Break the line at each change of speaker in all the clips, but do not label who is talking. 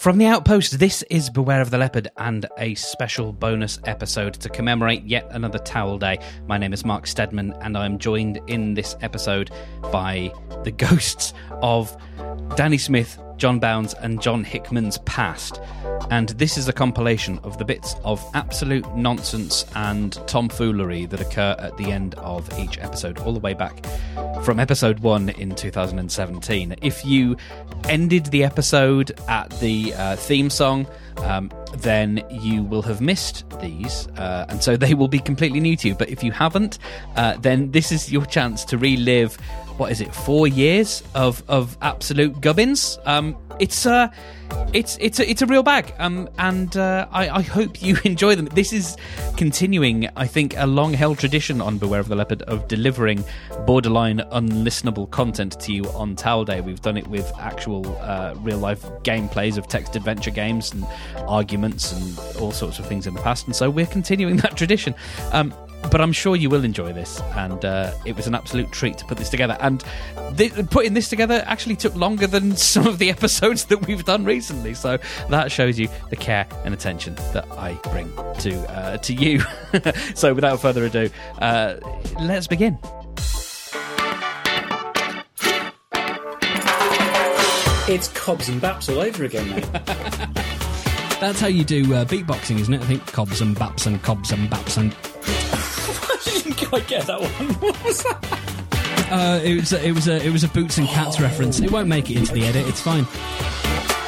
From the Outpost, this is Beware of the Leopard and a special bonus episode to commemorate yet another Towel Day. My name is Mark Stedman, and I'm joined in this episode by the ghosts of Danny Smith, John Bounds, and John Hickman's past. And this is a compilation of the bits of absolute nonsense and tomfoolery that occur at the end of each episode, all the way back from episode one in 2017. If you ended the episode at the uh, theme song, um, then you will have missed these, uh, and so they will be completely new to you. But if you haven't, uh, then this is your chance to relive what is it, four years of of absolute gubbins. Um, it's uh, it's it's a, it's a real bag, um, and uh, I, I hope you enjoy them. This is continuing, I think, a long held tradition on Beware of the Leopard of delivering borderline unlistenable content to you on Towel Day. We've done it with actual uh, real life gameplays of text adventure games and arguments and all sorts of things in the past, and so we're continuing that tradition. Um, but I'm sure you will enjoy this. And uh, it was an absolute treat to put this together. And th- putting this together actually took longer than some of the episodes that we've done recently. So that shows you the care and attention that I bring to uh, to you. so without further ado, uh, let's begin.
It's cobs and baps all over again, mate.
That's how you do uh, beatboxing, isn't it? I think cobs and baps and cobs and baps and
I didn't quite get that one. What was that?
uh, it was a, it was a it was a boots and cats reference. It won't make it into the edit. It's fine.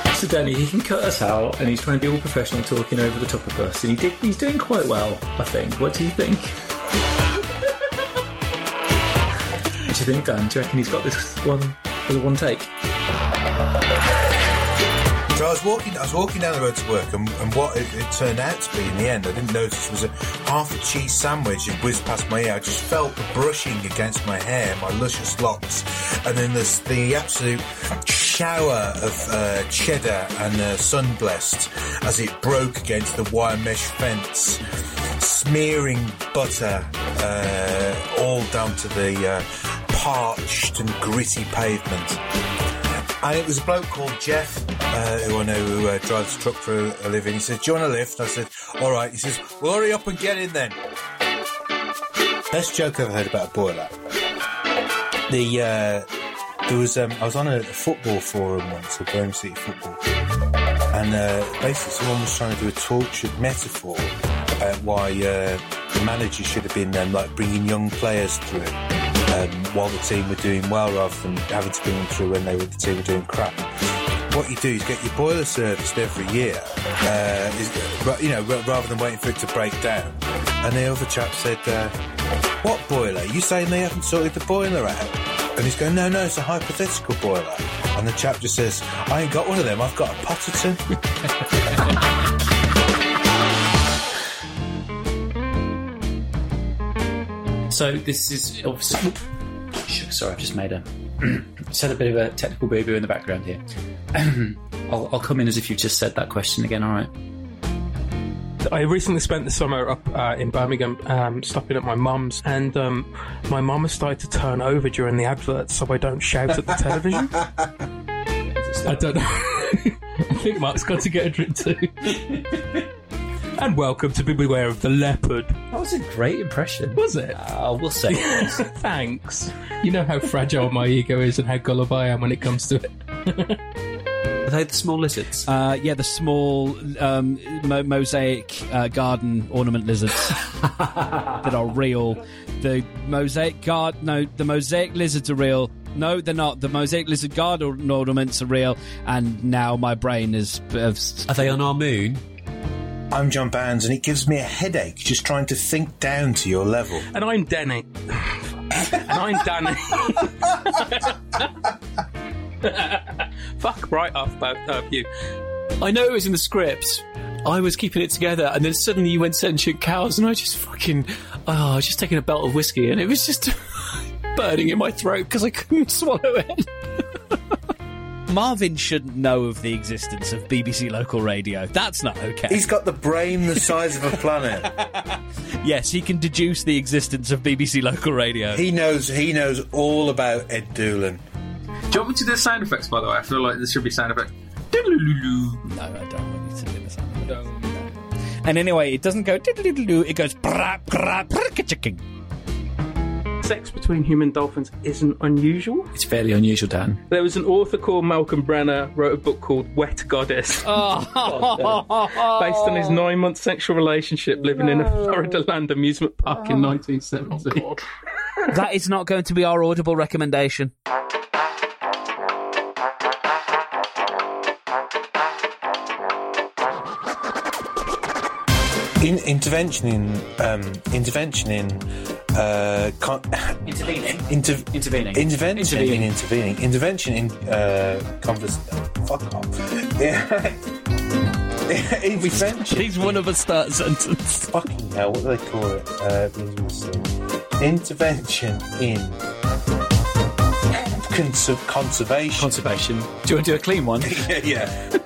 Accidentally, he can cut us out, and he's trying to be all professional, talking over the top of us, and he did, he's doing quite well, I think. What do you think? what do you think, Dan? Do you reckon he's got this one? Was it one take?
So I was walking. I was walking down the road to work, and, and what it, it turned out to be in the end, I didn't notice was a half a cheese sandwich had whizzed past my ear. I just felt the brushing against my hair, my luscious locks, and then this the absolute shower of uh, cheddar and uh, sunblessed as it broke against the wire mesh fence, smearing butter uh, all down to the uh, parched and gritty pavement. And it was a bloke called Jeff, uh, who I know who uh, drives a truck for a living. He said, Do you want a lift? I said, All right. He says, Well, hurry up and get in then. Best joke I've heard about a boiler. The, uh, there was, um, I was on a football forum once, a Birmingham City football, and uh, basically someone was trying to do a tortured metaphor about why uh, the manager should have been um, like bringing young players through um, while the team were doing well rather than having to bring them through when they were the team were doing crap. What you do is get your boiler serviced every year, uh, is, ra- you know, ra- rather than waiting for it to break down. And the other chap said, uh, "What boiler? You saying they haven't sorted the boiler out?" And he's going, "No, no, it's a hypothetical boiler." And the chap just says, "I ain't got one of them. I've got a Potterton."
So this is obviously. Sh- Sorry, I've just made a said a bit of a technical boo boo in the background here. I'll, I'll come in as if you've just said that question again. All right.
I recently spent the summer up uh, in Birmingham, um, stopping at my mum's, and um, my mum has started to turn over during the adverts, so I don't shout at the television. I don't know. I think Mark's got to get a drink too. and welcome to Beware of the Leopard.
That was a great impression.
Was it?
Uh, we'll say.
Thanks. You know how fragile my ego is and how gullible I am when it comes to it.
Are they the small lizards?
Uh, yeah, the small um, mo- mosaic uh, garden ornament lizards that are real. The mosaic guard, no, the mosaic lizards are real. No, they're not. The mosaic lizard guard or- ornaments are real. And now my brain is. Uh,
Are they on our moon?
I'm John Bounds, and it gives me a headache just trying to think down to your level.
And I'm Denny. and I'm Danny. Fuck right off about uh, you.
I know it was in the script. I was keeping it together, and then suddenly you went sentient cows, and I just fucking, oh, I was just taking a belt of whiskey, and it was just burning in my throat because I couldn't swallow it.
Marvin shouldn't know of the existence of BBC local radio. That's not okay.
He's got the brain the size of a planet.
Yes, he can deduce the existence of BBC local radio.
He knows. He knows all about Ed Doolan.
Do you want me to do the sound effects, by the way? I feel like there should be sound effects. Do,
No, I don't want you to do this. I don't. And anyway, it doesn't go diddle-diddle-doo, it goes brap, brap, bricka-chicking.
Sex between human dolphins isn't unusual.
It's fairly unusual, Dan.
There was an author called Malcolm Branner wrote a book called Wet Goddess,
Oh.
based on his nine-month sexual relationship living in a Florida land amusement park in 1970.
that is not going to be our audible recommendation.
In, intervention in um, intervention in uh, con-
Intervening.
inter-
Intervening.
intervention
Intervening.
in intervening intervention in uh, convers- fuck off Yeah. intervention
He's one of a start sentence.
fucking hell, what do they call it? Uh, it begins with a C. intervention in cons- conservation.
Conservation. Do you want to do a clean one?
yeah, yeah.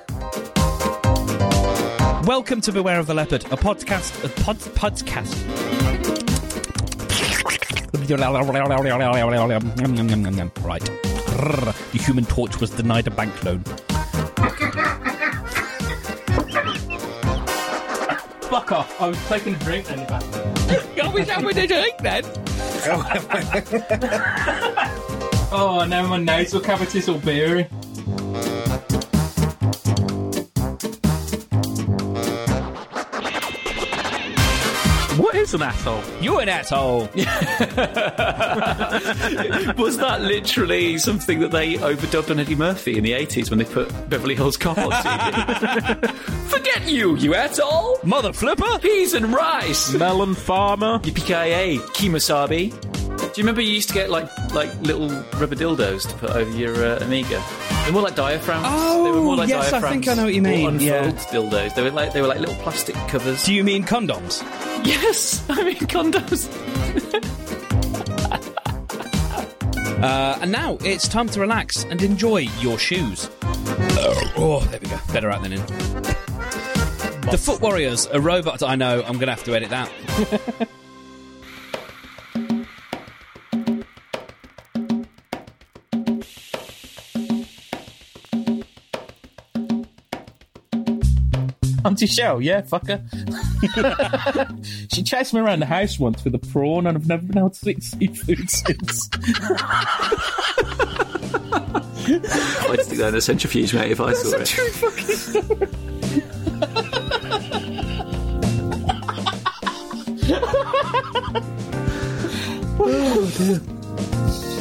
Welcome to Beware of the Leopard, a podcast, a pod, podcast. Right. Brrr, The human torch was denied a bank loan.
Fuck off! I was taking a drink in the bathroom. Oh, now my nasal cavities all beery. What is an asshole?
You an asshole!
Was that literally something that they overdubbed on Eddie Murphy in the 80s when they put Beverly Hills Cop on TV? Forget you, you asshole!
Mother flipper!
Peas and rice!
Melon farmer.
PKA, Kemosabe. Do you remember you used to get like like little rubber dildos to put over your uh, Amiga? They're more like diaphragms. they were
Oh,
more like
yes, I
diaphragms.
think I know what you mean,
Or unfurled
yeah.
dildos. They were like they were like little plastic covers.
Do you mean condoms?
yes, I mean condoms.
Uh, and now it's time to relax and enjoy your shoes. Oh, there we go. Better out than in. The Foot Warriors, a robot I know. I'm going to have to edit that.
Auntie Shell, yeah, fucker. she chased me around the house once with a prawn, and I've never been able to eat seafood since.
I'd stick that in a centrifuge, mate, if I saw it.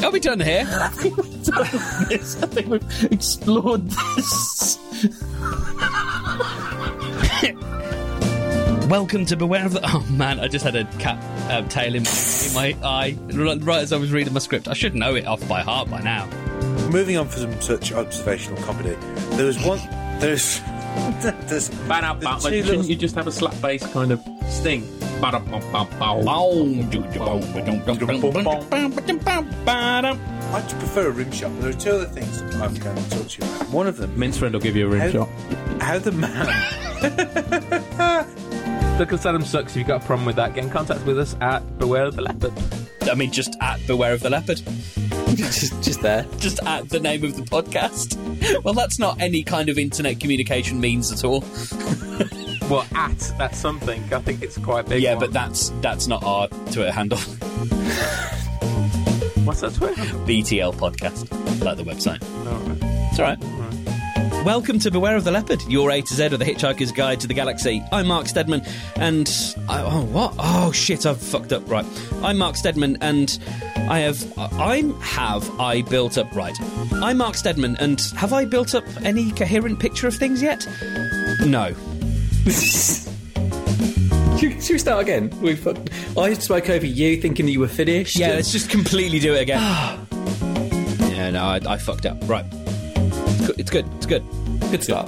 Are we done here?
Yes, I think we've explored this.
Welcome to Beware of the. Oh man, I just had a cat um, tail in, in my eye right right as I was reading my script. I should know it off by heart by now.
Moving on from such observational comedy, there was one. There's. there's there's two little-
you just have a slap bass kind of sting?
I just prefer a rim shot. but There are two other things I'm going to talk to you about. One of them,
Mince friend will give you a rim
how, how the man.
Douglas Adam sucks. If you've got a problem with that, get in contact with us at Beware of the Leopard.
I mean, just at Beware of the Leopard.
just, just there.
Just at the name of the podcast. Well, that's not any kind of internet communication means at all.
Well, at that's something. I think it's quite a big.
Yeah,
one.
but that's that's not our Twitter handle.
what's that Twitter?
BTL podcast, like the website. It's all right. Welcome to Beware of the Leopard, your A to Z of the Hitchhiker's Guide to the Galaxy. I'm Mark Stedman, and I, oh what? Oh shit, I've fucked up. Right, I'm Mark Stedman, and I have I have I built up right. I'm Mark Stedman, and have I built up any coherent picture of things yet? No.
Should, should we start again? We fuck- I spoke over you thinking that you were finished.
Yeah, let's just completely do it again. yeah, no, I, I fucked up. Right. It's good. It's good. It's good. Good start.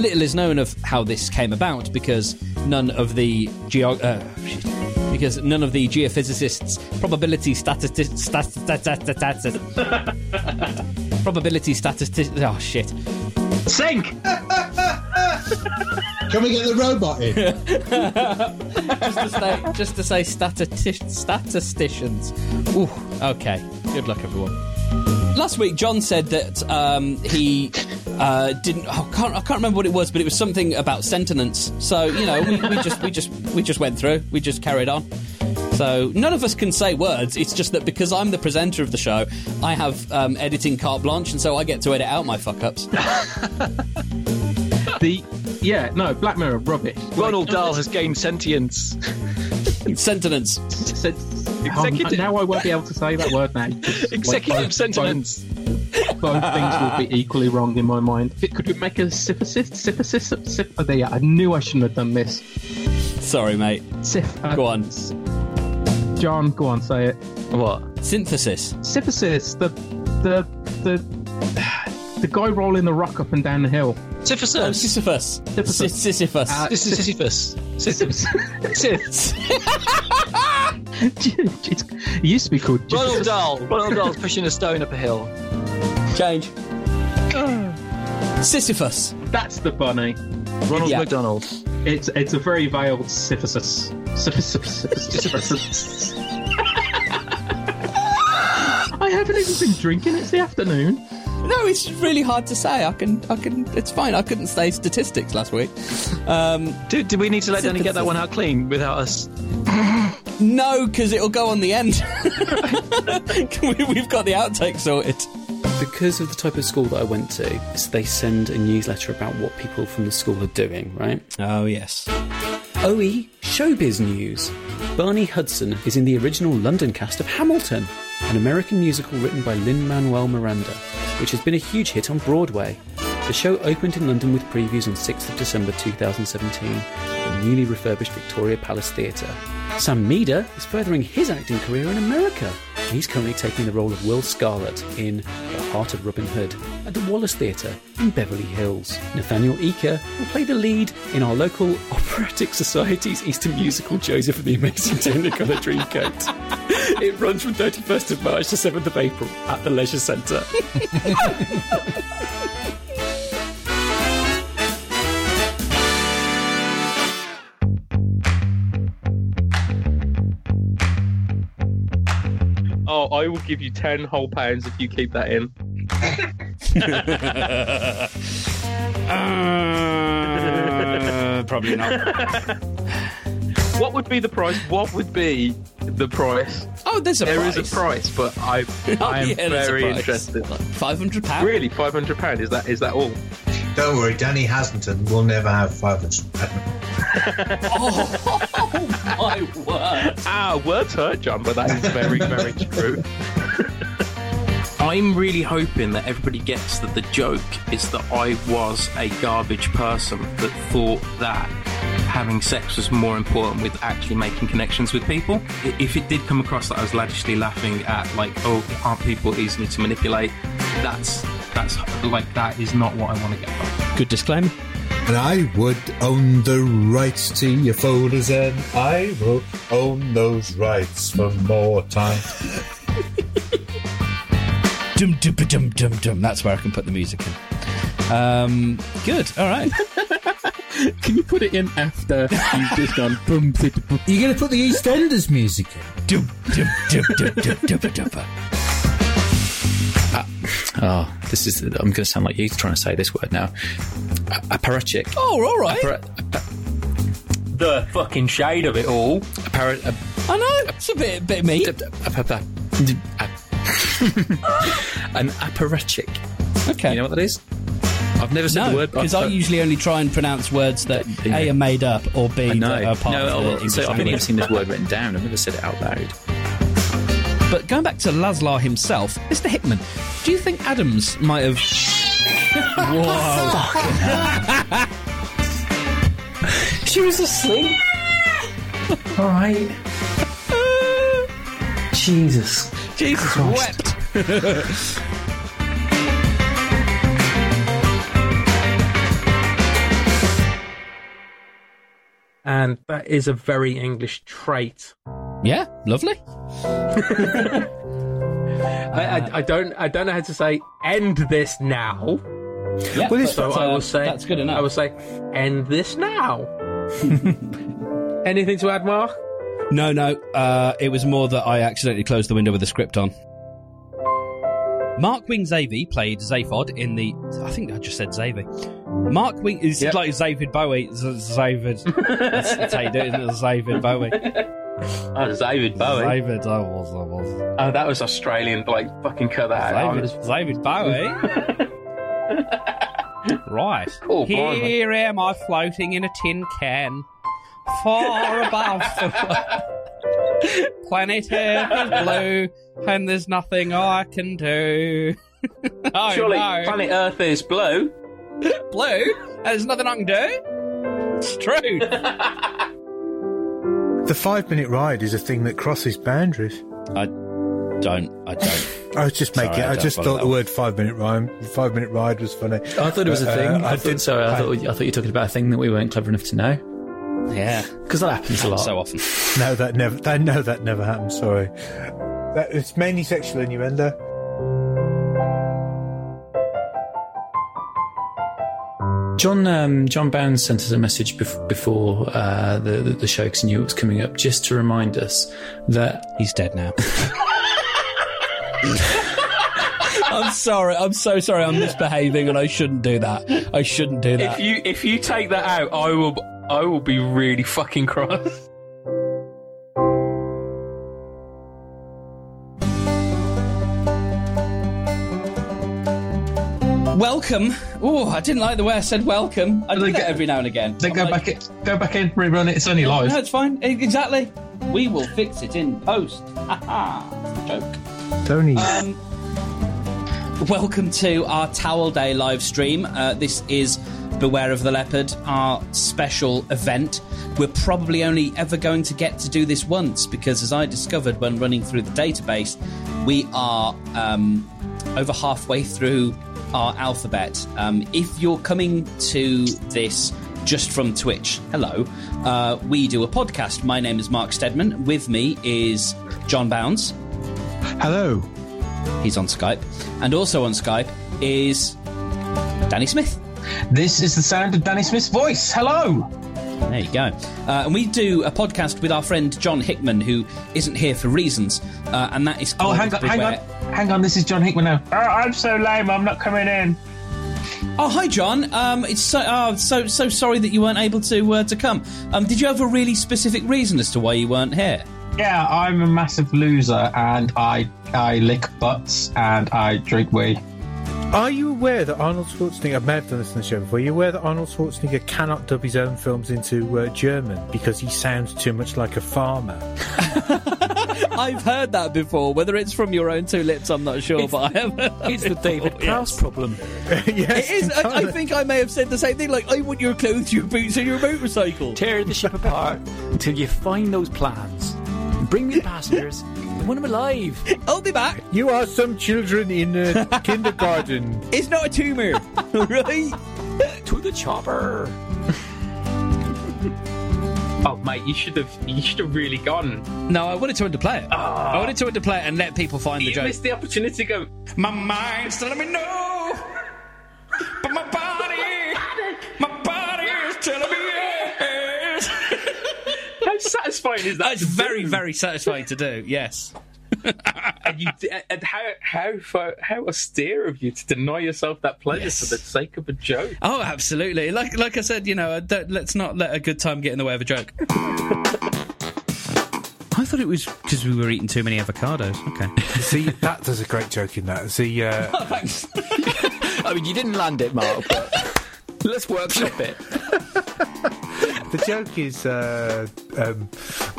Little is known of how this came about because none of the geog uh, shit. because none of the geophysicists probability statistics stat- stat- stat- stat- stat- probability statistics oh shit
Sink.
Can we get the robot in?
just to say just to say statisti- statisticians Ooh, okay good luck everyone last week John said that um, he uh, didn't. Oh, I can't, I can't remember what it was, but it was something about sentence. So you know, we, we just we just we just went through. We just carried on. So none of us can say words. It's just that because I'm the presenter of the show, I have um, editing carte blanche, and so I get to edit out my fuck ups.
The yeah, no, Black Mirror rubbish.
Ronald Dahl has gained sentience.
sentence.
Said-
Executive-
now I won't be able to say that word now.
Executive
both-
sentence.
Both, both things will be equally wrong in my mind. If it- Could we make a syphysis? Syphysis? Syph- oh, there, yeah, I knew I shouldn't have done this.
Sorry, mate.
Syph.
Go on.
John, go on, say it.
What?
Synthesis.
Syphysis, the the the the guy rolling the rock up and down the hill.
Oh, Sisyphus.
Sisyphus.
Sisyphus.
Sy- Sisyphus.
Uh,
This is Sisyphus. Sisyphus.
It's- it used to be called.
Ronald Dahl. Ronald Dahl's pushing a stone up a hill.
Change. Sisyphus.
That's the bunny.
Ronald
Yeah.
McDonald.
It's it's a very veiled syphysis. Syphysis. syphysis. I haven't even been drinking. It's the afternoon.
No, it's really hard to say. I can, I can. It's fine. I couldn't say statistics last week. Um,
Dude, did we need to let Danny get that one out clean without us?
no, because it'll go on the end. we, we've got the outtake sorted.
because of the type of school that I went to, is they send a newsletter about what people from the school are doing, right?
Oh yes.
OE Showbiz News. Barney Hudson is in the original London cast of Hamilton, an American musical written by Lin Manuel Miranda, which has been a huge hit on Broadway. The show opened in London with previews on 6th of December 2017 at the newly refurbished Victoria Palace Theatre. Sam Meader is furthering his acting career in America. and He's currently taking the role of Will Scarlett in The Heart of Robin Hood at the Wallace Theatre in Beverly Hills. Nathaniel Eaker will play the lead in our local Operatic Society's Easter musical Joseph and the Amazing Technicolor Dreamcoat. It runs from 31st of March to 7th of April at the Leisure Centre.
Oh, I will give you ten whole pounds if you keep that in.
Uh, probably not.
What would be the price? What would be the price?
Oh, there's a
There
price. Oh,
is a price, but I, I am
yeah, there's a
very
price.
interested.
Five hundred pounds.
Really, five hundred pound? Is that is that all?
Don't worry, Danny Haslington will never have 500
My word.
Ah, words hurt, John, but that is very very true.
I'm really hoping that everybody gets that the joke is that I was a garbage person that thought that having sex was more important with actually making connections with people. I- If it did come across that I was lavishly laughing at like, oh, aren't people easily to manipulate? That's that's like that is not what I want to get from.
Good disclaimer.
And I would own the rights to your photos, and I will own those rights for more time.
Dum dum ba, dum dum dum. That's where I can put the music in. Um, good. All right.
Can you put it in after you've just gone boom? sit, boom.
You're going to put the EastEnders music in.
dum dum dum dum dum dum dum. dum. Ah,
Oh, this is. I'm going to sound like you trying to say this word now. A- Apparatchik.
Oh, all right.
Appara-
The fucking shade of it all.
appara- a-
I know. It's a bit, bit me.
d- d- a- pa- pa- d- a- An apparatchik.
Okay.
You know what that is? I've never said the
no,
word.
because I
I've-
usually only try and pronounce words that
Yeah.
A are made up or B
I know.
that are part
no,
of
oh,
the
well,
English
so I've never
language.
seen this word written down. I've never said it out loud.
But going back to Laszlo himself, Mr. Hickman, do you think Adams might have? Whoa!
She was asleep. All right. Jesus.
Jesus wept.
And that is a very English trait.
Yeah, lovely.
I, I, I don't I don't know how to say end this now.
Yeah,
Well, it's-
So I will say
that's good enough.
I will say end this now. Anything to add, Mark?
No, no. Uh, it was more that I accidentally closed the window with the script on. Markwing Zavy played Zaphod in the. I think I just said Zavy. Markwing is
Yep.
like David Bowie. Z- Zavid. That's, that's how you do it, isn't it? Zavid Bowie.
Oh, David Bowie.
Zavid, I was, I was.
Oh, that was Australian Blake. Fucking cut that out.
Zavid,
I'm just-
Zavid Bowie. right.
Cool, blimey.
Here am I floating in a tin can, far above the planet Earth is blue, and there's nothing I can do. oh,
Surely
no.
planet Earth is blue.
blue. and There's nothing I can do. It's true.
The five minute ride is a thing that crosses boundaries.
don't. I don't.
I was just making.
Sorry, I
I,
don't
just
follow
thought
that
the
one.
word five minute rhyme, five minute ride was funny.
I thought it was a
Uh,
thing.
uh,
I,
I
thought,
did-
sorry, I,
I-
thought I thought you were talking about a thing that we weren't clever enough to know
Yeah.
because that happens a lot.
So often.
No, that never. That, no, that never happened. Sorry. That, it's mainly sexual innuendo.
John um, John Bounds sent us a message bef- before uh, the, the the show 'cause he knew it was coming up, just to remind us that
He's dead now.
I'm sorry. I'm so sorry. I'm misbehaving, and I shouldn't do that. I shouldn't do
If
that.
you if you take that out, I will I will be really fucking cross.
Welcome. Oh, I didn't like the way I said welcome. I do
Then
that
go-
every now and again.
Then
I'm
go
like,
back it, go back in, rerun it. It's only live.
No, it's fine. E- Exactly. We will fix it in post. Ha ha. Joke.
Tony.
Um, welcome to our Towel Day live stream. Uh, this is Beware of the Leopard, our special event. We're probably only ever going to get to do this once because, as I discovered when running through the database, we are um, over halfway through our alphabet. Um, if you're coming to this just from Twitch, hello, uh, we do a podcast. My name is Mark Stedman. With me is John Bounds.
Hello.
He's on Skype. And also on Skype is Danny Smith.
This is the sound of Danny Smith's voice. Hello.
There you go. Uh, and we do a podcast with our friend John Hickman, who isn't here for reasons, uh, and that is
Oh,
called
hang on, hang on,
Beware-
hang on. This is John Hickman now.
Oh, I'm so lame. I'm not coming in.
Oh, hi, John. Um, it's so oh, so so sorry that you weren't able to uh, to come. Um, did you have a really specific reason as to why you weren't here?
Yeah, I'm a massive loser, and I I lick butts and I drink weed.
Are you aware that Arnold Schwarzenegger? I may have done this in the show before. Are you aware that Arnold Schwarzenegger cannot dub his own films into uh, German because he sounds too much like a farmer?
I've heard that before. Whether it's from your own two lips, I'm not sure, but I have.
it's the
Oh,
David Prowse problem.
yes,
It is. I, I think I may have said the same thing. Like, I want your clothes, your boots, and your motorcycle.
Tear the ship apart until you find those plans. Bring me the passengers. I want them alive.
I'll be back.
you are some children in uh, kindergarten.
It's not a tumor, right?
To the chopper.
Oh mate, you should have you should have really gone.
No, I wanted to underplay it.
Ah.
I wanted to underplay it and let people find the
You
joke.
missed the opportunity to go.
My mind's telling me no, but my body, my body is telling me yes.
How satisfying is that?
That's
to do?
very, very satisfying to do. Yes.
And, you, and how how far, how austere of you to deny yourself that pleasure
Yes.
for the sake of a joke.
Oh, absolutely. Like, like I said, you know, I don't, let's not let a good time get in the way of a joke. I thought it was because we were eating too many avocados. Okay.
See, that does a great joke in that. See, uh,
Thanks.
I mean, you didn't land it, Mark, but let's workshop it.
the joke is uh, um,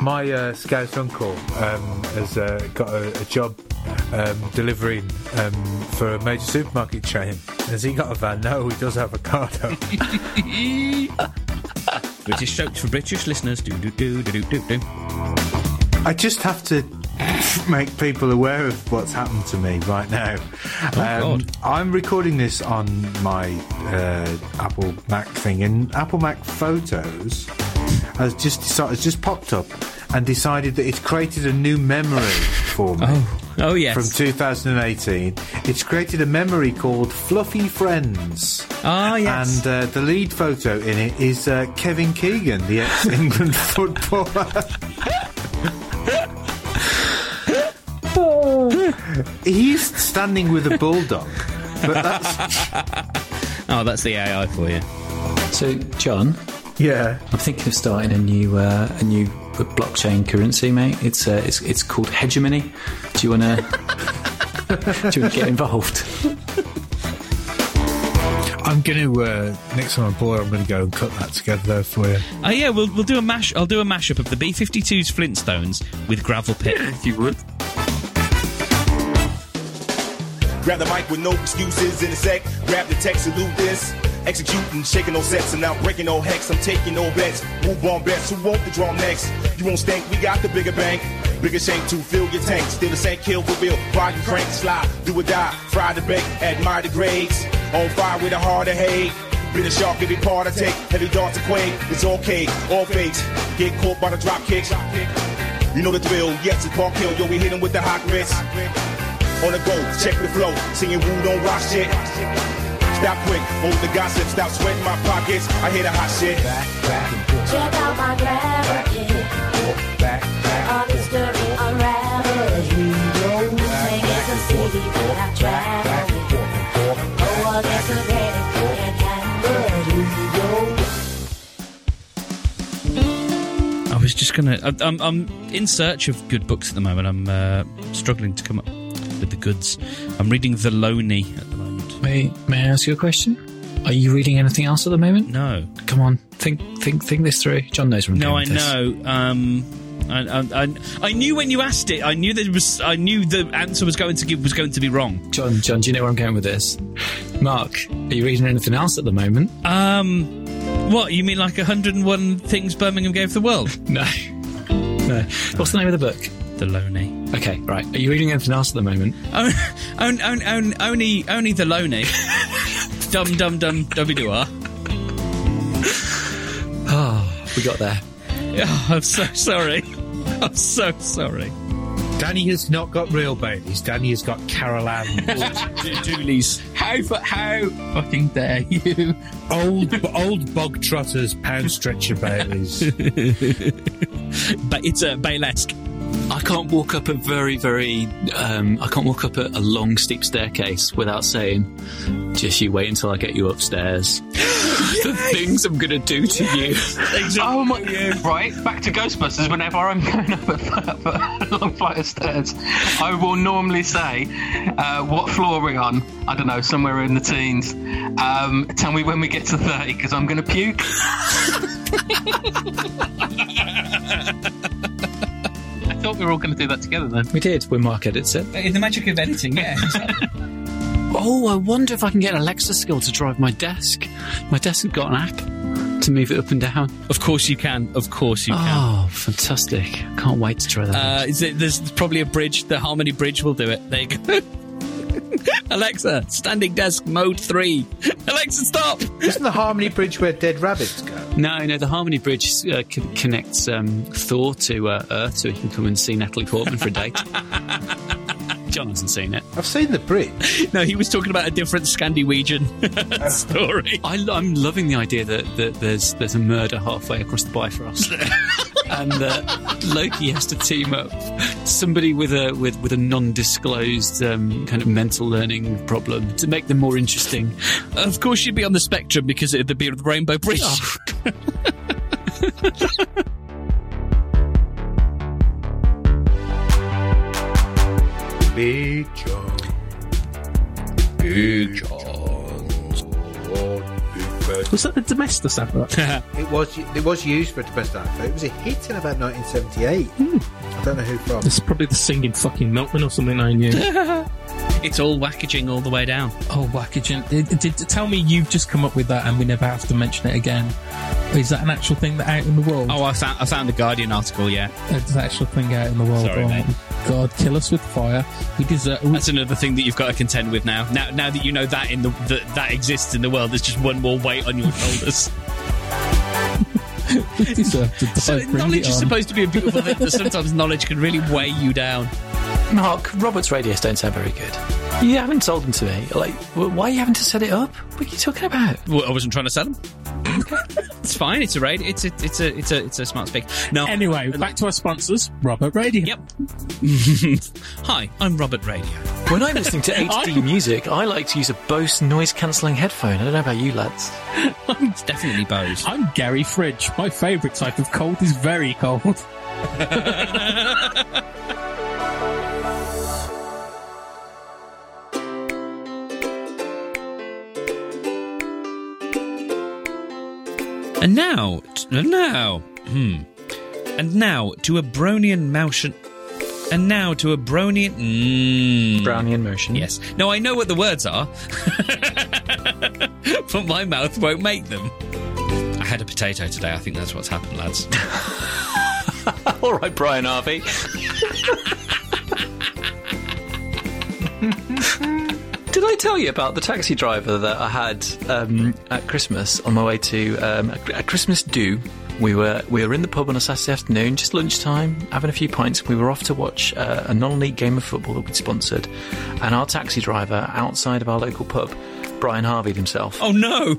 my uh, scout uncle um, has uh, got a, a job um, delivering um, for a major supermarket chain. Has he got a van? No, he does have a car. though.
British jokes for British listeners. Do do do do do do.
I just have to make people aware of what's happened to me right now.
Oh,
Um,
God.
I'm recording this on my uh, Apple Mac thing, and Apple Mac Photos has just decided, has just popped up and decided that it's created a new memory for me.
Oh
From
yes.
2018, it's created a memory called Fluffy Friends.
Ah yes.
And uh, the lead photo in it is uh, Kevin Keegan, the ex England footballer. he's standing with a bulldog, but that's
Oh, that's the AI for you.
So, John,
yeah.
I'm thinking of starting a new uh, a new blockchain currency, mate. It's uh, it's it's called Hegemony. Do you wanna do you wanna get involved?
I'm going to, uh, next time I'm bored, I'm going to go and cut that together though for you.
Oh yeah, we'll we'll do a mash. I'll do a mashup of the B52's Flintstones with gravel pit.
If you would.
Grab the mic with no excuses in a sec. Grab the text and do this. Executing, shaking no sets, and now breaking no hex. I'm taking no bets. Move on bets. Who won't the draw next? You won't stink. We got the bigger bank. Bigger shank to fill your tank. Still the same kill reveal. Ride and crank, slide, do or die. Fry the bake, admire the grades. On fire with a heart of hate. Be the shark, every part I take. Heavy darts to quake. It's okay, all fakes. Get caught by the drop kicks. You know the drill. Yes, it's Park Hill. Yo, we hit 'em with the hot grits. On the go, check the flow, singing woo, don't rock shit. Stop quick, hold the gossip, stop sweating my pockets. I hear the hot shit. Back, back, and forth,
Check out my gravity.
back, back.
All this story unraveled. You know take it to see that I've traveled. Oh, well, that's a very clear candle.
I was just gonna. I, I'm I'm in search of good books at the moment. I'm uh, struggling to come up with the goods. I'm reading The Loney at the moment.
May May I ask you a question? Are you reading anything else at the moment?
No,
Come on, think think think this through. John knows where I'm
no,
going
I
with this.
know. Um, I, I, I, I knew when you asked it. I knew there was. I knew the answer was going to give was going to be wrong.
John, John, do you know where I'm going with this? Mark, are you reading anything else at the moment?
Um, what you mean like 101 things Birmingham gave the world?
No. No. What's the name of the book?
the Loney.
Okay, right. Are you reading anything else at the moment?
On, on, on, on, only, only the loney. dum dum dum WR.
Oh, we got there.
Oh, I'm so sorry. I'm so sorry.
Danny has not got real Baileys. Danny has got Carol Ann.
Doolies. How for how fucking dare you?
old, old bog trotters, pound stretcher Baileys.
But it's a Baylesque.
I can't walk up a very, very, um, I can't walk up a, a long, steep staircase without saying, just you wait until I get you upstairs. the things I'm going to do to you.
Oh my! Right, back to Ghostbusters. Whenever I'm going up a, a long flight of stairs, I will normally say, uh, "What floor are we on?" I don't know, somewhere in the teens. Um, tell me when we get to thirty, because I'm going to puke. I thought we were all going to do that together then.
We did, when Mark edits it.
In the magic of editing, yeah.
Oh, I wonder if I can get an Alexa skill to drive my desk. My desk has got an app to move it up and down.
Of course you can. Of course you can.
Oh, fantastic. Can't wait to try that.
Uh, is it, there's probably a bridge. The Harmony Bridge will do it. There you go. Alexa, standing desk mode three. Alexa, stop.
Isn't the Harmony Bridge where dead rabbits go?
No, no, the Harmony Bridge uh, c- connects um, Thor to uh, Earth, so he can come and see Natalie Portman for a date. John hasn't seen it.
I've seen the bridge.
No, he was talking about a different Scandinavian story.
I, am loving the idea that, that there's there's a murder halfway across the Bifrost, and that Loki has to team up somebody with a with, with a non-disclosed um, kind of mental learning problem to make them more interesting.
Of course, you'd be on the spectrum because it'd be the Rainbow Bridge.
Big John. Big John. Big Bad
Was that the Domestos advert?
It was it was used for the best advert. It was a hit in about 1978.
Hmm.
I don't know who from.
It's probably the singing fucking Milkman or something I knew.
It's all wackaging all the way down.
Oh, wackagen. Did, did, tell me you've just come up with that and we never have to mention it again. Is that an actual thing that out in the world?
Oh, I found, I found a Guardian article. Yeah,
It's an actual thing out in the world.
Sorry,
oh,
mate.
God, kill us with fire. We deserve. We,
that's another thing that you've got to contend with now. Now, now that you know that in the that, that exists in the world, there's just one more weight on your shoulders.
we deserve to die.
So
Bring
knowledge
it
is
on.
supposed to be a beautiful thing, but sometimes knowledge can really weigh you down.
Mark, Robert's radios don't sound very good. You haven't sold them to me. Like, wh- why are you having to set it up? What are you talking about?
Well, I wasn't trying to sell them. it's fine. It's a raid. It's a it's a it's a it's a smart speak. No.
Anyway, back to our sponsors, Robert Radio.
Yep. Hi, I'm Robert Radio.
When I'm listening to HD music, I like to use a Bose noise cancelling headphone. I don't know about you lads.
it's
definitely Bose.
I'm Gary Fridge. My favourite type of cold is very cold.
And now, t- and now, hmm. And now to a Brownian motion. And now to a Brownian. Mm.
Brownian motion.
Yes. No, I know what the words are, but my mouth won't make them. I had a potato today. I think that's what's happened, lads.
All right, Brian Harvey. Did I tell you about the taxi driver that I had um, at Christmas on my way to um, a, a Christmas do? We were we were in the pub on a Saturday afternoon, just lunchtime, having a few pints. We were off to watch uh, a non-league game of football that we'd sponsored, and our taxi driver outside of our local pub, Brian Harvey himself.
Oh no!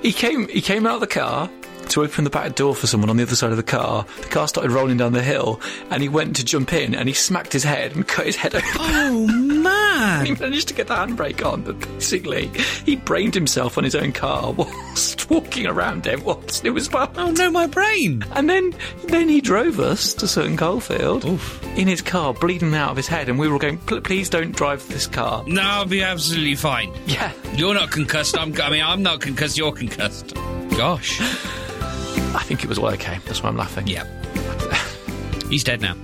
He came. He came out of the car to open the back door for someone on the other side of the car. The car started rolling down the hill, and he went to jump in, and he smacked his head and cut his head open.
Oh man!
he managed to get the handbrake on, but basically, he brained himself on his own car whilst walking around it whilst it was parked. Oh
no, my brain!
And then, then he drove us to Sutton Coalfield in his car, bleeding out of his head, and we were all going, "Pl- "Please don't drive this car."
No, I'll be absolutely fine.
Yeah.
You're not concussed. I'm, I mean, I'm not concussed. You're concussed. Gosh.
I think it was all okay. That's why I'm laughing.
Yeah. He's dead now.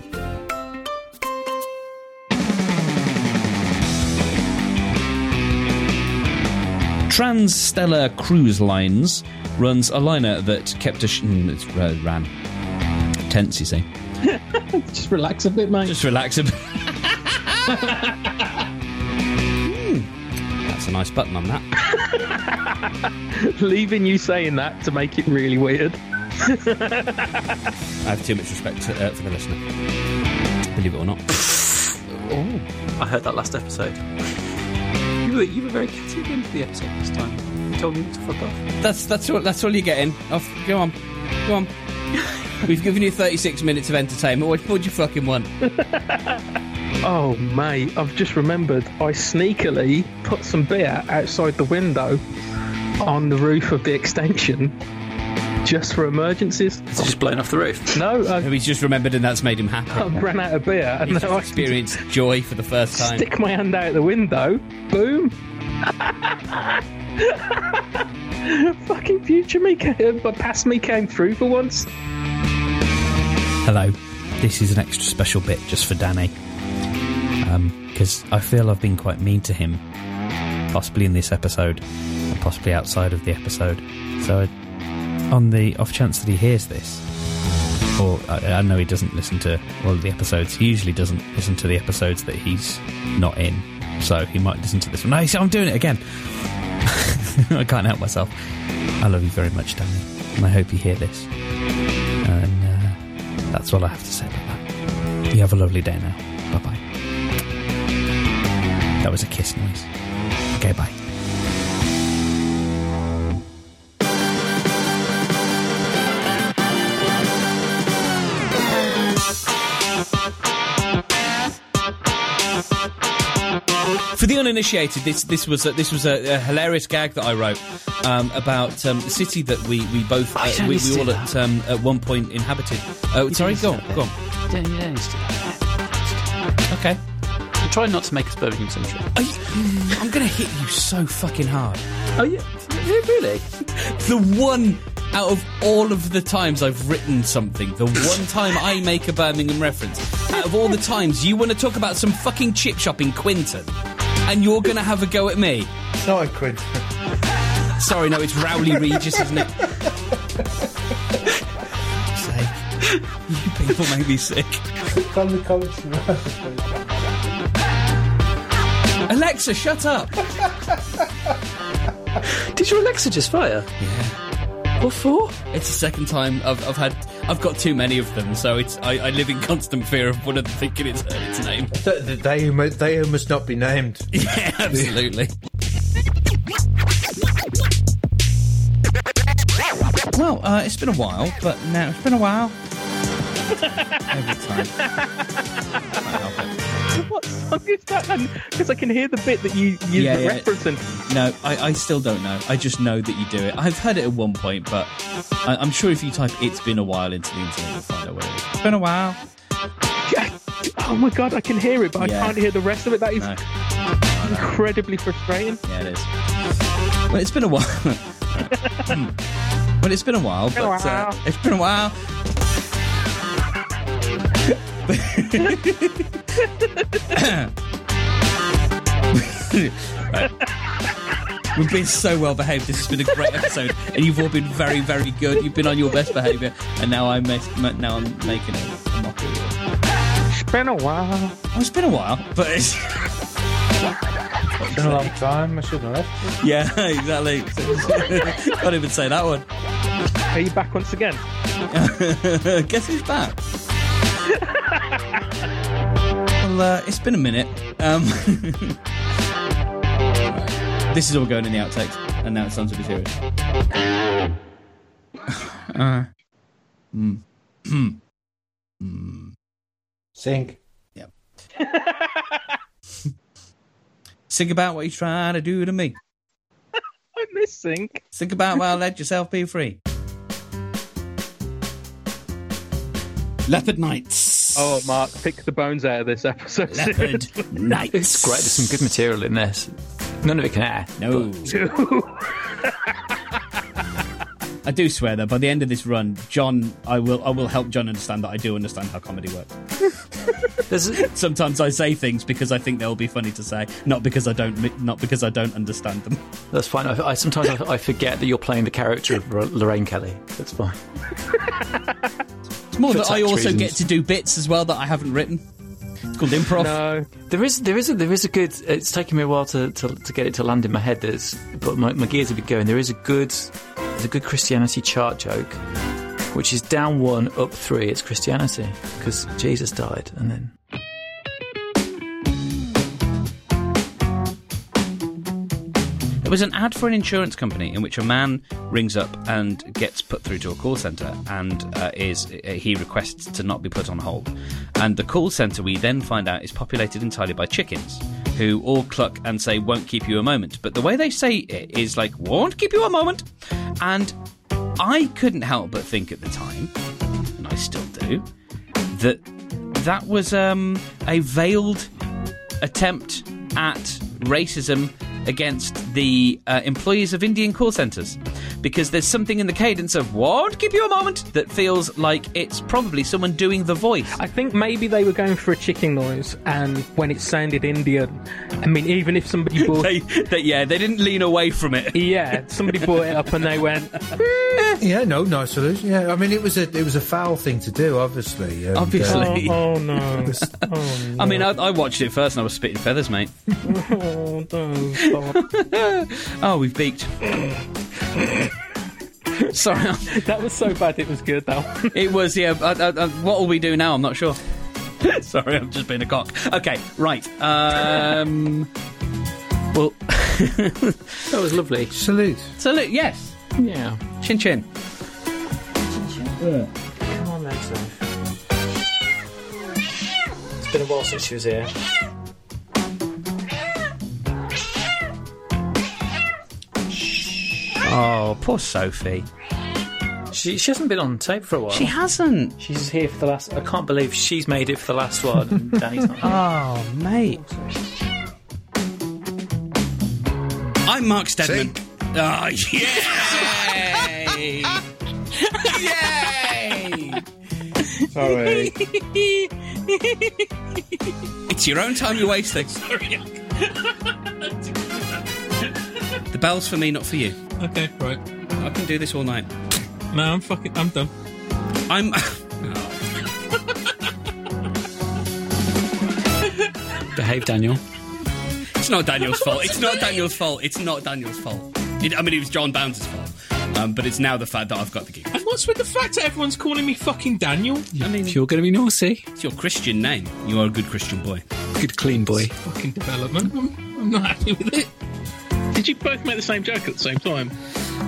Transstellar Cruise Lines runs a liner that kept a. Sh- mm, it's, uh, ran. Tense, you see.
Just relax a bit, mate.
Just relax a bit. Hmm. That's a nice button on that.
Leaving you saying that to make it really weird.
I have too much respect to, uh, for the listener. Believe it or not.
Oh, I heard that last episode. You were, you were very catty at the end of the episode this time. You told me to fuck off.
That's that's all. That's all you're getting. Off, go on, go on. We've given you 36 minutes of entertainment. What would you fucking want?
Oh, mate, I've just remembered I sneakily put some beer outside the window on the roof of the extension just for emergencies.
It's just blown off the roof.
No, I,
He's just remembered and that's made him happy.
Oh,
I ran out of beer and
He's
now
just
I can
experienced joy for the first time.
stick my hand out the window. Boom. Fucking future me, came, uh, but past me came through for once.
Hello. This is an extra special bit just for Danny. Because I feel I've been quite mean to him, possibly in this episode, and possibly outside of the episode. So, I, on the off chance that he hears this, or I, I know he doesn't listen to all of the episodes, he usually doesn't listen to the episodes that he's not in. So, he might listen to this one. No, he's- I'm doing it again. I can't help myself. I love you very much, Danny, and I hope you hear this. And uh, that's all I have to say about that. You have a lovely day now. Bye bye. That was a kiss noise. Okay, bye. For the uninitiated, this this was a, this was a, a hilarious gag that I wrote um, about um, the city that we we both
Oh,
uh, we, we all at um, at one point inhabited. Oh, sorry, go on, go on.
Yeah, yeah, he's still
Okay,
Try not to make us Birmingham centric.
I'm gonna hit you so fucking hard.
Oh, yeah. Really?
The one out of all of the times I've written something, the one time I make a Birmingham reference, out of all the times you want to talk about some fucking chip shop in Quinton, and you're gonna have a go at me.
No, I quit.
Sorry, no, it's Rowley Regis, isn't it? Say, you people make me sick.
From the culture.
Alexa, shut up.
Did your Alexa just fire? What for?
It's the second time I've, I've had. I've got too many of them, so it's I, I live in constant fear of one of them thinking it's uh, its name.
Th- th- They who, mu- they who must not be named.
Yeah, absolutely. Well, uh, it's been a while, but now it's been a while. Every time.
what song is that? Because I can hear the bit that you you
Yeah, yeah.
referencing.
No, I, I still don't know. I just know that you do it. I've heard it at one point, but I, I'm sure if you type "It's been a while" into the internet, you'll find out where it is.
It's been a while.
Oh my god, I can hear it, but
Yeah.
I can't hear the rest of it. That is
No.
incredibly frustrating.
Yeah, it is. Well, it's been a while. Hmm. well, it's been a while,
Been a
but uh,
while.
it's been a while. Right. We've been so well behaved. This has been a great episode, and you've all been very, very good. You've been on your best behaviour, and now I'm mes- ma- now I'm making it a mockery.
It's been a while.
Oh, it's been a while, but it's,
It's been a long time. I shouldn't have left.
yeah, exactly. Can't even say that one.
Are you back once again?
Guess who's back? well, uh, it's been a minute. Um, Right. This is all going in the outtakes, and now it's time to be serious. Uh, mm, mm, mm.
Sing.
Yep. Think about what you're trying to do to me.
I miss Sync.
Think about well, let yourself be free.
Leopard Knights.
Oh, Mark, pick the bones out of this episode.
Leopard Knights.
It's
Great, there's some good material in this. None of it can air.
No. I do swear though, by the end of this run, John, I will, I will help John understand that I do understand how comedy works. Sometimes I say things because I think they'll be funny to say, not because I don't, mi- not because I don't understand them.
That's fine. I, I sometimes I, I forget that you're playing the character of R- Lorraine Kelly. That's fine.
It's more
For
that I
tax
also get
reasons.
to do bits as well that I haven't written. It's called improv.
No,
there is there is a, there is a good. It's taken me a while to, to, to get it to land in my head. That's but my, my gears have been going. There is a good there's a good Christianity chart joke, which is down one, up three. It's Christianity because Jesus died, and then
It was an ad for an insurance company in which a man rings up and gets put through to a call center, and uh, is uh, he requests to not be put on hold. And the call center we then find out is populated entirely by chickens, who all cluck and say "won't keep you a moment." But the way they say it is like "won't keep you a moment," and I couldn't help but think at the time, and I still do, that that was um, a veiled attempt at racism against the uh, employees of Indian call centres because there's something in the cadence of "What? Give you a moment" that feels like it's probably someone doing the voice.
I think maybe they were going for a chicken noise, and when it sounded Indian, I mean, even if somebody bought,
They, they, yeah, they didn't lean away from it.
yeah, somebody bought it up and they went,
Yeah, no, no solution. Yeah, I mean it was a it was a foul thing to do, obviously. and, uh,
Obviously.
oh, oh no, oh
I mean, I, I watched it first and I was spitting feathers, mate.
no, no, stop.
Oh, we've beaked. Sorry,
that was so bad. It was good though.
it was. Yeah, I, I, I, what will we do now? I'm not sure. Sorry, I'm just being a cock. Okay, right. Um, well,
that was lovely.
Salute.
so look, yes,
Yeah.
chin chin.
Come on, then, sir. It's been a while since she was here.
Oh, poor Sophie.
She she hasn't been on tape for a while.
She hasn't.
She's here for the last. I can't believe she's made it for the last one. And Danny's not. Here.
Oh, mate.
I'm Mark Stedman. Ah,
Yay! Yay!
Sorry.
It's your own time you're wasting. The bell's for me, not for you.
Okay, right.
I can do this all night.
No, I'm fucking. I'm done.
I'm.
Behave, Daniel.
It's not Daniel's fault. It's not Daniel's fault. It's not Daniel's fault. It, I mean, it was John Bounce's fault. Um, but it's now the fact that I've got the gig.
And what's with the fact that everyone's calling me fucking Daniel?
I mean,
If you're going to be naughty,
it's your Christian name. You are a good Christian boy.
good clean boy.
Fucking development. I'm, I'm not happy with it.
Did you both make the same joke at the same time?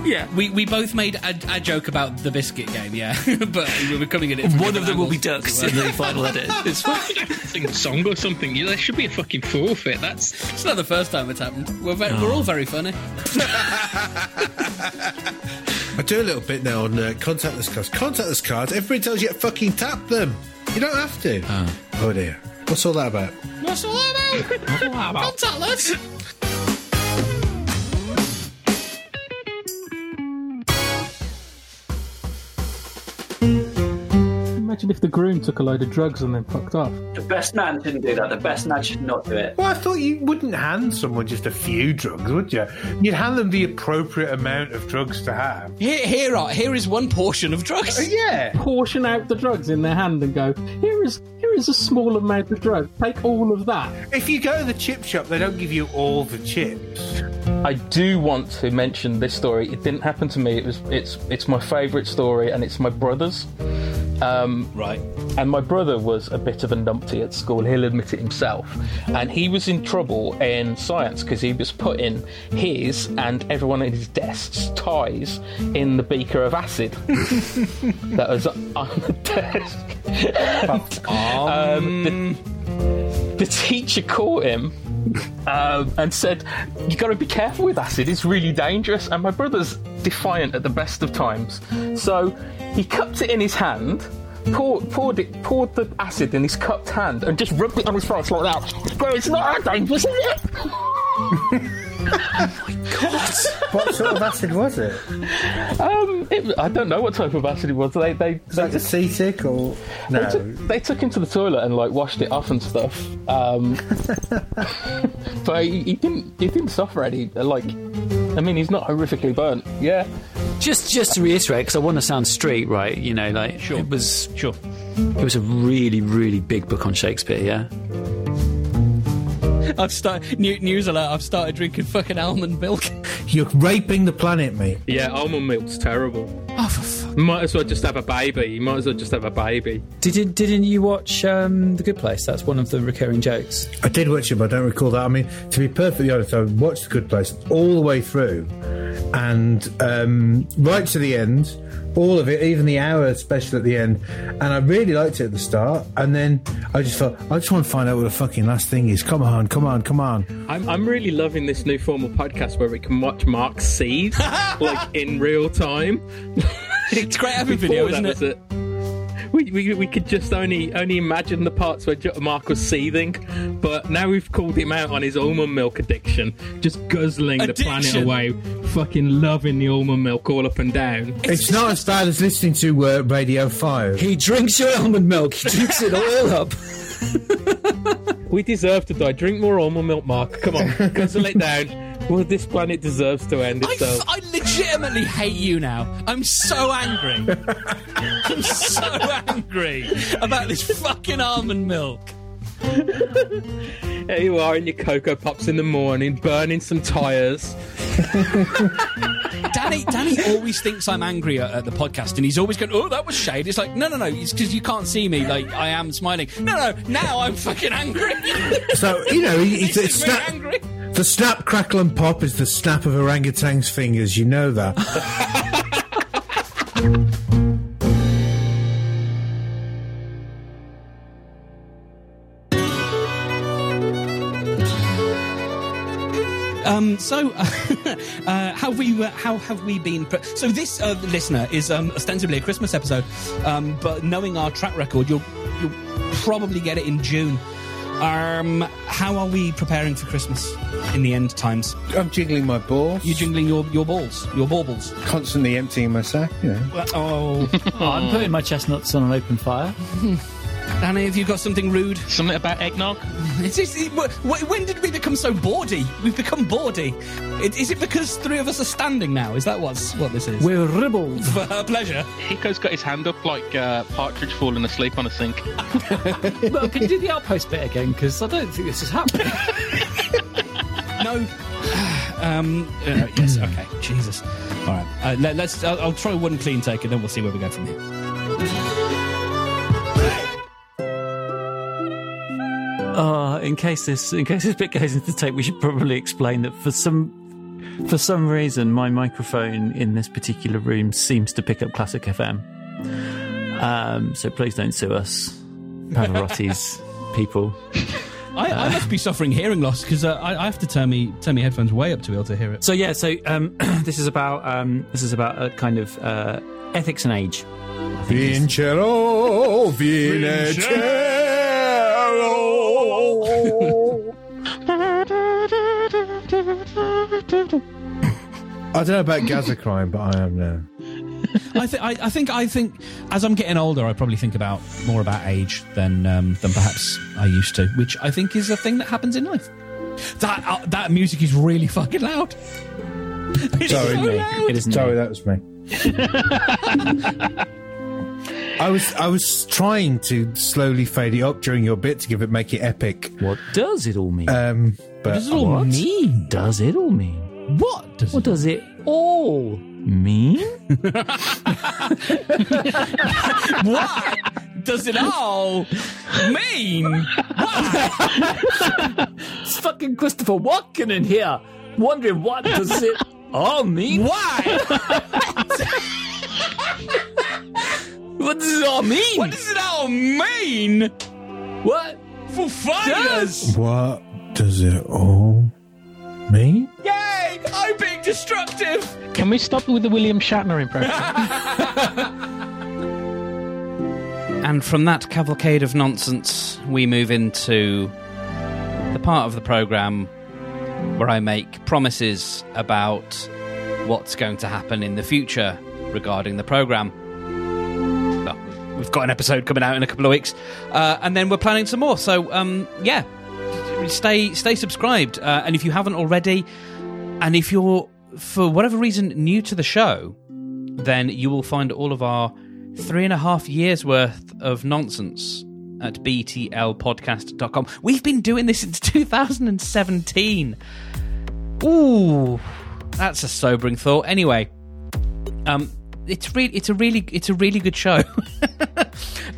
Yeah, we, we both made a, a joke about the biscuit game. Yeah, but we were coming at it.
One of them will be ducks in the final edit. It's
fucking song or something. There should be a fucking forfeit. That's it's not the first time it's happened. We're ve- we're all very funny.
I do a little bit now on uh, contactless cards. Contactless cards, everybody tells you to fucking tap them. You don't have to. Oh, dear. What's all that about?
What's all that about? Contactless.
Imagine if the groom took a load of drugs and then fucked off.
The best man shouldn't do that. The best man should not do it.
Well, I thought you wouldn't hand someone just a few drugs, would you? You'd hand them the appropriate amount of drugs to have.
Here, here are here is one portion of drugs.
yeah.
Portion out the drugs in their hand and go, here is here is a small amount of drug. Take all of that.
If you go to the chip shop, they don't give you all the chips.
I
do want to mention this story. It didn't happen to me. It was it's it's my favourite story, and it's my brother's. Um,
right.
And my brother was a bit of a numpty at school. He'll admit it himself. And he was in trouble in science because he was putting his and everyone at his desk's ties in the beaker of acid that was on the desk. um, the, the teacher caught him um, and said, "You got to be careful with acid. It's really dangerous." And my brother's defiant at the best of times, so he cupped it in his hand. Poured, poured it, poured the acid in his cupped hand, and just rubbed it on his face like that. Bro, it's not that dangerous, is it?
what sort of acid was it?
Um, it, I don't know what type of acid it was. They, they,
It's like acetic or
They,
no?
took, they took him to the toilet and like washed it off and stuff. Um, but he, he didn't. He didn't suffer any. Like, I mean, he's not horrifically burnt. Yeah.
Just just to reiterate, because I want to sound straight, right? You know, like it was
sure.
It was a really really big book on Shakespeare. Yeah,
I've started new, news alert. I've started drinking fucking almond milk.
You're raping the planet, mate.
Yeah, almond milk's terrible. Oh, for fuck. Might as well just have a baby. You might as well just have a baby.
Did you, didn't you watch um, The Good Place? That's one of the recurring jokes.
I did watch it, but I don't recall that. I mean, to be perfectly honest, I watched The Good Place all the way through, and um, right to the end, all of it, even the hour special at the end. And I really liked it at the start, and then I just thought, I just want to find out what the fucking last thing is. Come on, come on, come on.
I'm, I'm really loving this new form of podcast where we can watch Mark seethe like in real time.
it's great having video, isn't it?
We, we, we could just only only imagine the parts where J- Mark was seething, but now we've called him out on his almond milk addiction, just guzzling the planet
Addiction?
away, fucking loving the almond milk all up and down.
It's not as bad as listening to uh, Radio 5. He drinks your almond milk, he drinks it all up.
We deserve to die. Drink more almond milk, Mark. Come on, guzzle it down. Well, this planet deserves to end itself.
I legitimately hate you now. I'm so angry. I'm so angry about this fucking almond milk.
Here you are in your Cocoa Pops in the morning, burning some tyres.
Danny, Danny always thinks I'm angry at, at the podcast, and he's always going, "Oh, that was shade." It's like, no, no, no, it's because you can't see me. Like I am smiling. No, no, now I'm fucking angry.
So, you know, he-
This
it's, it's
is very
snap-
angry.
the snap, crackle, and pop is the snap of orangutan's fingers. You know that.
Um, so, uh,
how we uh, how have we been? Pre- so this uh, listener is um, ostensibly a Christmas episode, um, but knowing our track record, you'll you'll probably get it in June. Um, how are we preparing for Christmas in the end times?
I'm jiggling my balls.
You're jingling your, your balls, your baubles.
Constantly emptying my sack, you know.
Well, oh.
I'm putting my chestnuts on an open fire.
Danny, have you got something rude?
Something about eggnog?
It's just, it- wh- wh- when did we become so bawdy? We've become bawdy. It, is it because three of us are standing now? Is that what's what this is?
We're ribald.
uh,
For her pleasure.
Hiko's got his hand up like uh, partridge falling asleep on a sink.
well, can you do the outpost bit again? Because I don't think this is happening.
no. Um, uh, yes. Okay. Jesus. All right. Uh, let, us I'll, I'll try one clean take, and then we'll see where we go from here.
Uh, in case this in case this bit goes into the tape, we should probably explain that for some
For some reason, my microphone in this particular room seems to pick up classic FM. Um, so please don't sue us, Pavarotti's people.
I,
Uh,
I must be suffering hearing loss because uh, I, I have to turn me turn my headphones way up to be able to hear it.
So yeah, so um, this is about um, this is about a kind of uh, ethics and age.
Vincero, Vincero. I don't know about Gaza crime, but I am now.
I, th- I, I think I think as I'm getting older, I probably think about more about age than um, than perhaps I used to, which I think is a thing that happens in life. That uh, that music is really fucking loud. It's
Sorry,
so
me.
loud.
Sorry, that was me. I was I was trying to slowly fade it up during your bit to give it make it epic.
What does it all mean?
Um, but
does it all
What?
mean? Does it all mean?
What does
what it does it all mean?
what does it all mean?
it's fucking Christopher Walken in here, wondering what does it all mean?
Why?
What does it all mean?
What does it all mean?
What?
For fires?
What does it all mean?
Yay! I'm being destructive!
Can we stop with the William Shatner impression?
And from that cavalcade of nonsense, we move into the part of the program where I make promises about what's going to happen in the future regarding the program. Well, we've got an episode coming out in a couple of weeks, uh, and then we're planning some more. So, um, yeah, stay stay subscribed, uh, and if you haven't already, and if you're for whatever reason new to the show, then you will find all of our three and a half years worth of nonsense at btlpodcast.com. We've been doing this since 2017. Ooh, that's a sobering thought. Anyway, um, it's really, it's a really, it's a really good show, uh,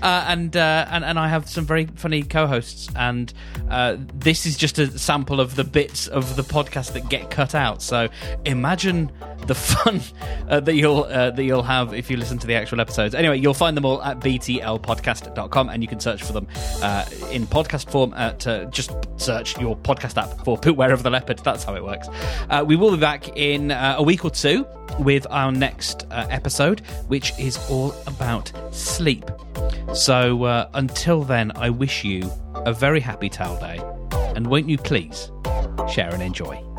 and, uh, and and I have some very funny co-hosts, and uh, this is just a sample of the bits of the podcast that get cut out. So imagine the fun uh, that you'll uh, that you'll have if you listen to the actual episodes. Anyway, you'll find them all at btlpodcast.com, and you can search for them uh, in podcast form at uh, just search your podcast app for Beware of the Leopard. That's how it works. Uh, we will be back in uh, a week or two with our next uh, episode, which is all about sleep. So uh, until then, I wish you a very happy towel day, and won't you please share and enjoy?